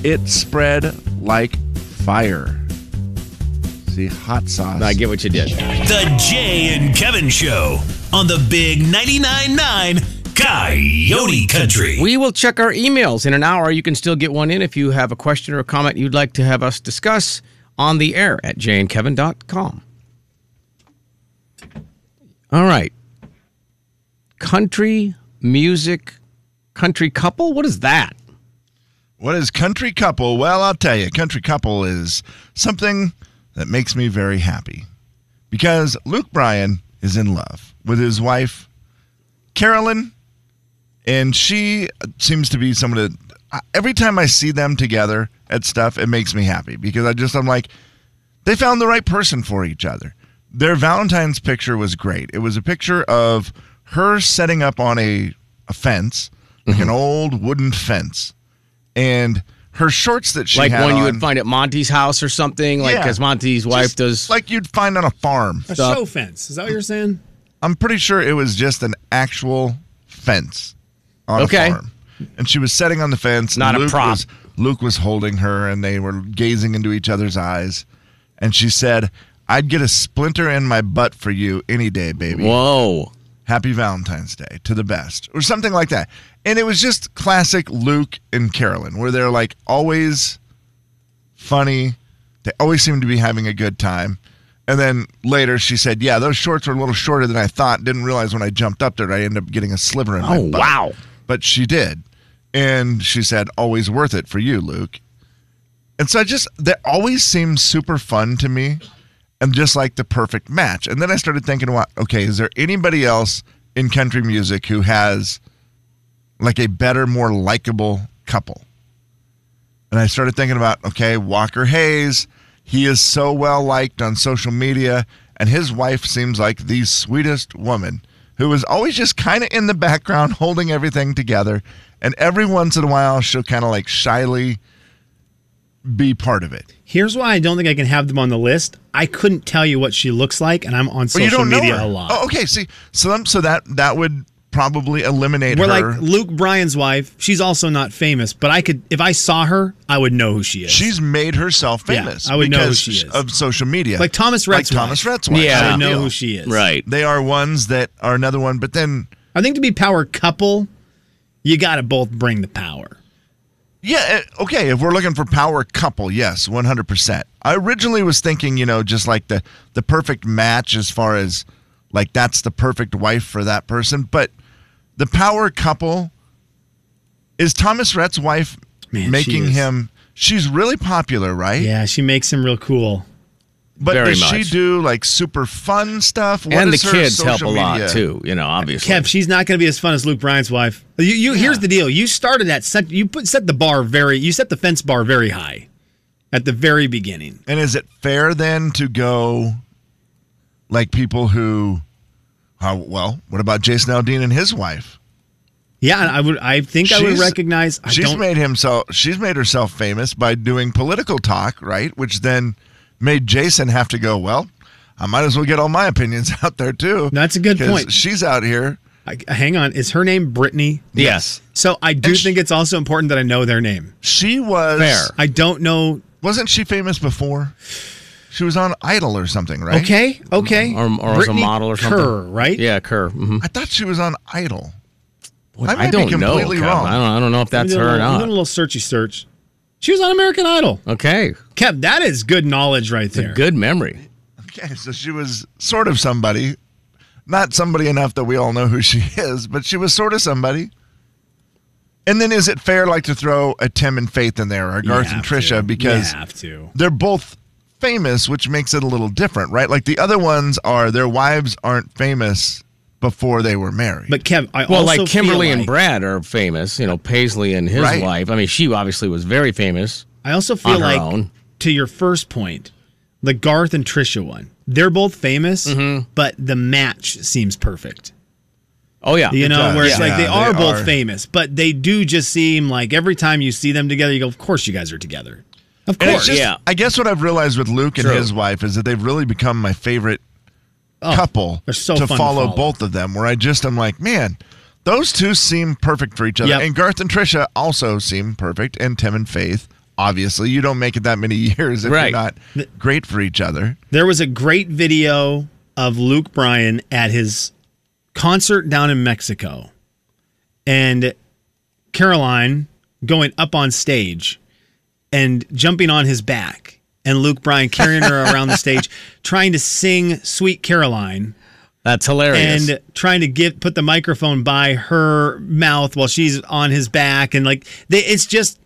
Speaker 12: it spread like fire. See, hot sauce. I
Speaker 3: get what you did.
Speaker 6: The Jay and Kevin Show on the Big 99.9 9 Coyote Country.
Speaker 3: We will check our emails in an hour. You can still get one in if you have a question or a comment you'd like to have us discuss on the air at jayandkevin.com. All right. Country music, country couple? What is that?
Speaker 4: What is country couple? Well, I'll tell you, country couple is something that makes me very happy because Luke Bryan is in love with his wife, Carolyn, and she seems to be someone that I- every time I see them together at stuff, it makes me happy because I just, I'm like, they found the right person for each other. Their Valentine's picture was great. It was a picture of her setting up on a, a fence, like
Speaker 3: Mm-hmm.
Speaker 4: an old wooden fence, and her shorts that she
Speaker 3: like
Speaker 4: had
Speaker 3: one you
Speaker 4: on-
Speaker 3: would find at Monty's house or something? Like,
Speaker 4: Yeah.
Speaker 3: because Monty's wife
Speaker 4: Just
Speaker 3: does.
Speaker 4: like you'd find on a farm.
Speaker 5: A
Speaker 4: Stuff.
Speaker 5: show fence. Is that what you're saying?
Speaker 4: I'm pretty sure it was just an actual fence on
Speaker 3: Okay.
Speaker 4: a farm. And she was sitting on the fence.
Speaker 3: Not a
Speaker 4: and Luke
Speaker 3: prop.
Speaker 4: Was, Luke was holding her, and they were gazing into each other's eyes. And she said, "I'd get a splinter in my butt for you any day, baby."
Speaker 3: Whoa!
Speaker 4: Happy Valentine's Day to the best, or something like that. And it was just classic Luke and Carolyn, where they're like always funny. They always seem to be having a good time. And then later she said, Yeah, those shorts were a little shorter than I thought. Didn't realize when I jumped up there, I ended up getting a sliver in my
Speaker 3: Oh,
Speaker 4: butt.
Speaker 3: wow.
Speaker 4: But she did. And she said, Always worth it for you, Luke. And so I just, they always seem super fun to me and just like the perfect match. And then I started thinking, well, okay, is there anybody else in country music who has like a better, more likable couple? And I started thinking about, okay, Walker Hayes, he is so well liked on social media, and his wife seems like the sweetest woman who is always just kind of in the background holding everything together. And every once in a while, she'll kind of like shyly be part of it.
Speaker 5: Here's why I don't think I can have them on the list. I couldn't tell you what she looks like, and I'm on
Speaker 4: But
Speaker 5: social media a lot.
Speaker 4: Oh, okay. See, so then- so that that would probably eliminate
Speaker 5: We're
Speaker 4: her.
Speaker 5: like Luke Bryan's wife. She's also not famous, but I could if I saw her, I would know who she is.
Speaker 4: She's made herself
Speaker 5: Yeah,
Speaker 4: famous.
Speaker 5: I would know who
Speaker 4: because
Speaker 5: she is.
Speaker 4: of social media,
Speaker 5: Like Thomas Rhett's
Speaker 4: Like
Speaker 5: wife.
Speaker 4: Thomas Rhett's wife.
Speaker 5: Yeah. I
Speaker 4: Same
Speaker 5: know
Speaker 4: deal.
Speaker 5: who she is. Right.
Speaker 4: They are ones that are another one. But then,
Speaker 5: I think to be power couple, you got to both bring the power.
Speaker 4: yeah, eh, okay. If we're looking for power couple, yes, one hundred percent. I originally was thinking, you know, just like the the perfect match as far as like that's the perfect wife for that person. But the power couple is Thomas Rhett's wife
Speaker 5: Man, she
Speaker 4: making
Speaker 5: is.
Speaker 4: him. She's really popular, right?
Speaker 5: Yeah, she makes him real cool.
Speaker 4: But
Speaker 5: Very
Speaker 4: does
Speaker 5: much.
Speaker 4: she do like super fun stuff? What
Speaker 3: and the
Speaker 4: is her
Speaker 3: kids help a
Speaker 4: social
Speaker 3: lot,
Speaker 4: media?
Speaker 3: too, you know, obviously.
Speaker 5: Kev, she's not going to be as fun as Luke Bryan's wife. You, you here's the deal. You started at set, you put set the bar very you set the fence bar very high at the very beginning.
Speaker 4: And is it fair then to go like people who? Uh, well, what about Jason Aldean and his wife?
Speaker 5: Yeah, and I would I think I would
Speaker 4: She's-
Speaker 5: recognize I
Speaker 4: she's
Speaker 5: don't
Speaker 4: made himself. She's made herself famous by doing political talk, right? Which then made Jason have to go. Well, I might as well get all my opinions [LAUGHS] out there too.
Speaker 5: That's a good
Speaker 4: 'Cause
Speaker 5: point.
Speaker 4: She's out here
Speaker 5: I, hang on, is her name Brittany?
Speaker 3: Yes.
Speaker 5: So I do think it's also important that I know their name.
Speaker 4: She was
Speaker 5: Fair. I don't know.
Speaker 4: Wasn't she famous before? She was on Idol or something, right?
Speaker 5: Okay, okay.
Speaker 3: Or, or as a
Speaker 4: Brittany
Speaker 3: model or something.
Speaker 4: Kerr,
Speaker 5: right?
Speaker 3: Yeah, Kerr. mhm.
Speaker 4: I thought she was on Idol.
Speaker 3: Boy,
Speaker 4: I
Speaker 3: I,
Speaker 4: might be
Speaker 3: don't know.
Speaker 4: completely
Speaker 3: Kev.
Speaker 4: wrong.
Speaker 3: I don't. I don't know if that's
Speaker 5: I'm
Speaker 3: her
Speaker 5: doing a
Speaker 3: or
Speaker 5: little- I'm doing
Speaker 3: not.
Speaker 5: a little searchy search. She was on American Idol.
Speaker 3: Okay.
Speaker 5: Kev, that is good knowledge right there.
Speaker 3: good memory.
Speaker 4: Okay, so she was sort of somebody. Not somebody enough that we all know who she [LAUGHS] is, but she was sort of somebody. And then is it fair like to throw a Tim and Faith in there or Garth and Trisha because
Speaker 5: You have to.
Speaker 4: they're both famous, which makes it a little different, right? Like the other ones are their wives aren't famous before they were married.
Speaker 5: But Kev, I
Speaker 3: Well, like Kimberly and Brad are famous. You know, Paisley and his
Speaker 5: Right.
Speaker 3: wife. I mean, she obviously was very famous.
Speaker 5: I also
Speaker 3: on
Speaker 5: feel
Speaker 3: her
Speaker 5: like
Speaker 3: own.
Speaker 5: to your first point, the Garth and Trisha one. They're both famous,
Speaker 3: Mm-hmm.
Speaker 5: but the match seems perfect.
Speaker 3: Oh yeah,
Speaker 5: You
Speaker 3: It
Speaker 5: know,
Speaker 3: does.
Speaker 5: where it's
Speaker 3: Yeah.
Speaker 5: like they
Speaker 3: Yeah,
Speaker 5: are
Speaker 3: they
Speaker 5: both
Speaker 3: are.
Speaker 5: famous, but they do just seem like every time you see them together, you go, "Of course, you guys are together." Of
Speaker 4: And it's
Speaker 5: course,
Speaker 4: just- I guess what I've realized with Luke and
Speaker 5: True. Oh,
Speaker 4: his wife is that they've really become my favorite couple
Speaker 5: they're so
Speaker 4: to
Speaker 5: fun to
Speaker 4: follow,
Speaker 5: follow.
Speaker 4: both of them. Where I just am like, man, those two seem perfect for each other.
Speaker 5: Yep.
Speaker 4: And Garth and Trisha also seem perfect, and Tim and Faith. Obviously, you don't make it that many [LAUGHS] years if
Speaker 5: Right.
Speaker 4: you're not great for each other.
Speaker 5: There was a great video of Luke Bryan at his concert down in Mexico and Caroline going up on stage and jumping on his back and Luke Bryan carrying her around the
Speaker 3: [LAUGHS]
Speaker 5: stage trying to sing Sweet Caroline.
Speaker 3: That's hilarious.
Speaker 5: And trying to get put the microphone by her mouth while she's on his back and like they, it's just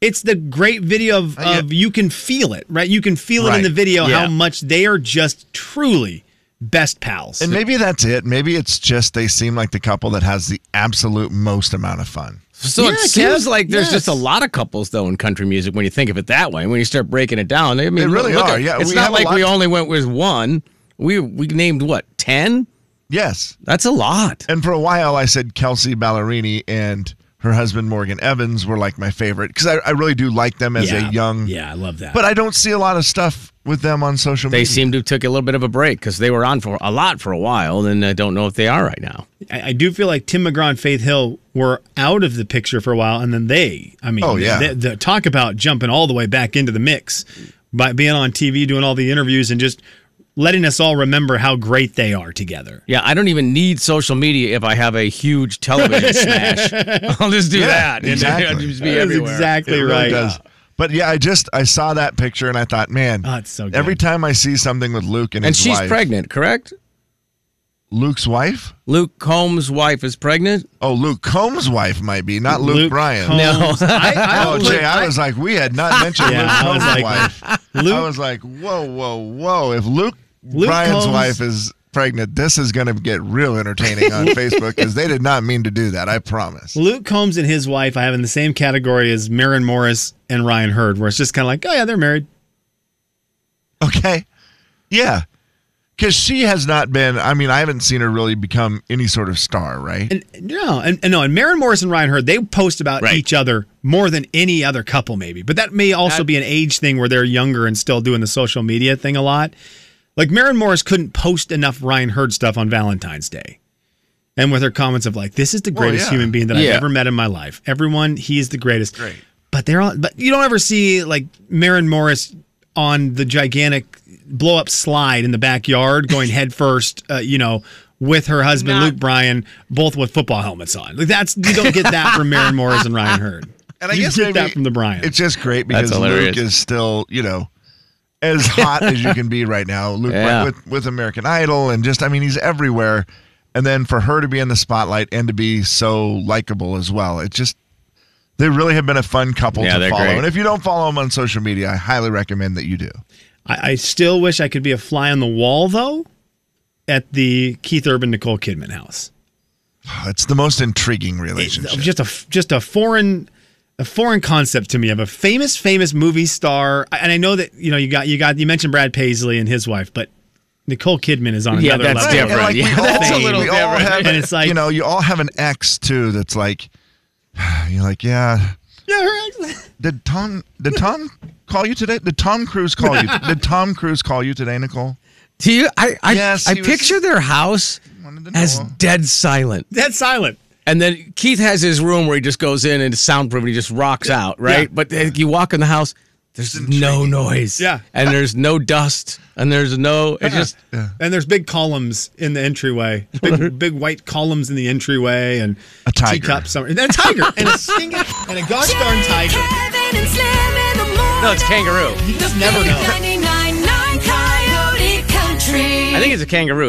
Speaker 5: it's the great video of, of you can feel it, right? You can feel it in
Speaker 4: Uh, Right.
Speaker 5: the video
Speaker 4: Yeah.
Speaker 5: how much they are just truly best pals.
Speaker 4: And maybe that's it. Maybe it's just they seem like the couple that has the absolute most amount of fun.
Speaker 3: So
Speaker 5: Yeah,
Speaker 3: it seems
Speaker 5: Kev,
Speaker 3: like there's
Speaker 5: yes.
Speaker 3: just a lot of couples though in country music when you think of it that way. When you start breaking it down, I mean,
Speaker 4: They really
Speaker 3: look
Speaker 4: are,
Speaker 3: at-
Speaker 4: yeah,
Speaker 3: it's
Speaker 4: we
Speaker 3: not
Speaker 4: have a
Speaker 3: like
Speaker 4: lot-
Speaker 3: we only went with one. We we named what ten?
Speaker 4: Yes.
Speaker 3: That's a lot.
Speaker 4: And for a while, I said Kelsey Ballerini and her husband Morgan Evans were like my favorite because I, I really do like them as
Speaker 5: Yeah.
Speaker 4: a young.
Speaker 5: Yeah, I love that.
Speaker 4: But I don't see a lot of stuff with them on social
Speaker 3: They
Speaker 4: media.
Speaker 3: seem to have took a little bit of a break because they were on for a lot for a while, and I don't know if they are right now.
Speaker 5: I, I do feel like Tim McGraw and Faith Hill were out of the picture for a while, and then they, I mean,
Speaker 4: Oh, yeah.
Speaker 5: they- they- talk about jumping all the way back into the mix by being on TV, doing all the interviews, and just letting us all remember how great they are together.
Speaker 3: Yeah, I don't even need social media if I have a huge
Speaker 4: [LAUGHS]
Speaker 3: television smash. I'll just do
Speaker 4: Yeah,
Speaker 3: that. and
Speaker 4: Exactly.
Speaker 3: it'll just be everywhere.
Speaker 4: It really does. But yeah, I just I saw that picture and I thought, man,
Speaker 5: Oh, it's so good.
Speaker 4: every time I see something with Luke and,
Speaker 3: And
Speaker 4: his
Speaker 3: she's
Speaker 4: wife-
Speaker 3: pregnant, correct?
Speaker 4: Luke's wife,
Speaker 3: Luke Combs' wife is pregnant.
Speaker 4: Oh, Luke Combs' wife might be, not Luke,
Speaker 5: Luke
Speaker 4: Bryan.
Speaker 5: Combs. No. I-
Speaker 4: [LAUGHS]
Speaker 5: I
Speaker 4: oh,
Speaker 5: don't
Speaker 4: Jay,
Speaker 5: think-
Speaker 4: I, was like, we had not mentioned
Speaker 5: Yeah,
Speaker 4: Luke
Speaker 5: I
Speaker 4: Combs'
Speaker 5: was like-
Speaker 4: wife. I was like, whoa, whoa, whoa. If Luke,
Speaker 5: Luke
Speaker 4: Bryan's
Speaker 5: Combs-
Speaker 4: wife is pregnant, this is going to get real
Speaker 5: [LAUGHS]
Speaker 4: entertaining on Facebook because they did not mean to do that. I promise.
Speaker 5: Luke Combs and his wife, I have in the same category as Marin Morris and Ryan Hurd, where it's just kind of like, oh yeah, they're married.
Speaker 4: Okay. Yeah. Because she has not been, I mean, I haven't seen her really become any sort of star, right?
Speaker 5: And no, and, and no, and Marin Morris and Ryan Hurd, they post about each other more than any other couple, maybe. But that may also be an age thing where they're younger and still doing the social media thing a lot. Like Marin Morris couldn't post enough Ryan Hurd stuff on Valentine's Day. And with her comments of like, this is the
Speaker 12: Well,
Speaker 5: greatest
Speaker 12: yeah.
Speaker 5: human being that
Speaker 12: Yeah.
Speaker 5: I've ever met in my life. Everyone, he is the greatest. Great. But they're all but you don't ever see like Marin Morris on the gigantic blow up slide in the backyard going head first, uh, you know, with her husband Luke Bryan, both with football helmets on. Like that's you don't get that from Marin Morris and Ryan Hurd.
Speaker 4: [LAUGHS] And I
Speaker 5: you
Speaker 4: guess
Speaker 5: get
Speaker 4: maybe
Speaker 5: that from the Bryans.
Speaker 4: It's just great
Speaker 5: That's
Speaker 4: because Luke
Speaker 5: hilarious.
Speaker 4: is still, you know, as hot as you can be right now. Luke
Speaker 5: Yeah.
Speaker 4: with, with American Idol and just, I mean, he's everywhere. And then for her to be in the spotlight and to be so likable as well, it just, they really have been a fun couple
Speaker 3: Yeah,
Speaker 4: to
Speaker 3: they're
Speaker 4: follow.
Speaker 3: great.
Speaker 4: And if you don't follow them on social media, I highly recommend that you do.
Speaker 5: I, I still wish I could be a fly on the wall though at the Keith Urban Nicole Kidman house.
Speaker 4: It's the most intriguing relationship.
Speaker 5: It's just a just a foreign a foreign concept to me of a famous famous movie star. And I know that you know you got you got you mentioned Brad Paisley and his wife, but Nicole Kidman is on
Speaker 3: Yeah,
Speaker 5: another
Speaker 3: that's
Speaker 5: level.
Speaker 3: different.
Speaker 5: of
Speaker 3: Yeah,
Speaker 5: fame.
Speaker 3: that's a little
Speaker 4: we all have,
Speaker 5: and it's like
Speaker 4: you know, you all have an ex too that's like, [SIGHS] you're like, yeah.
Speaker 5: yeah, her ex-
Speaker 4: Did Tom? Did Tom call you today? Did Tom Cruise call you? Did Tom Cruise call you today, Nicole?
Speaker 3: Do you? I I,
Speaker 4: Yes,
Speaker 3: I
Speaker 4: he was-
Speaker 3: picture their house
Speaker 4: to know.
Speaker 3: as dead silent.
Speaker 5: Dead silent.
Speaker 3: And then Keith has his room where he just goes in and it's soundproof and he just rocks out, right?
Speaker 5: Yeah.
Speaker 3: But then you walk in the house, there's no noise.
Speaker 5: Yeah.
Speaker 3: And there's no dust and there's no,
Speaker 4: Uh-uh.
Speaker 3: it's just,
Speaker 5: and there's big columns in the entryway,
Speaker 3: [LAUGHS]
Speaker 5: big, big white columns in the entryway, and a
Speaker 4: tiger.
Speaker 5: teacup somewhere, and a tiger, and a stinking, and a gosh darn tiger.
Speaker 7: Kevin and Slim in the morning.
Speaker 3: no, it's kangaroo.
Speaker 5: You just never know.
Speaker 7: 99.9 Coyote Country.
Speaker 3: I think it's a kangaroo.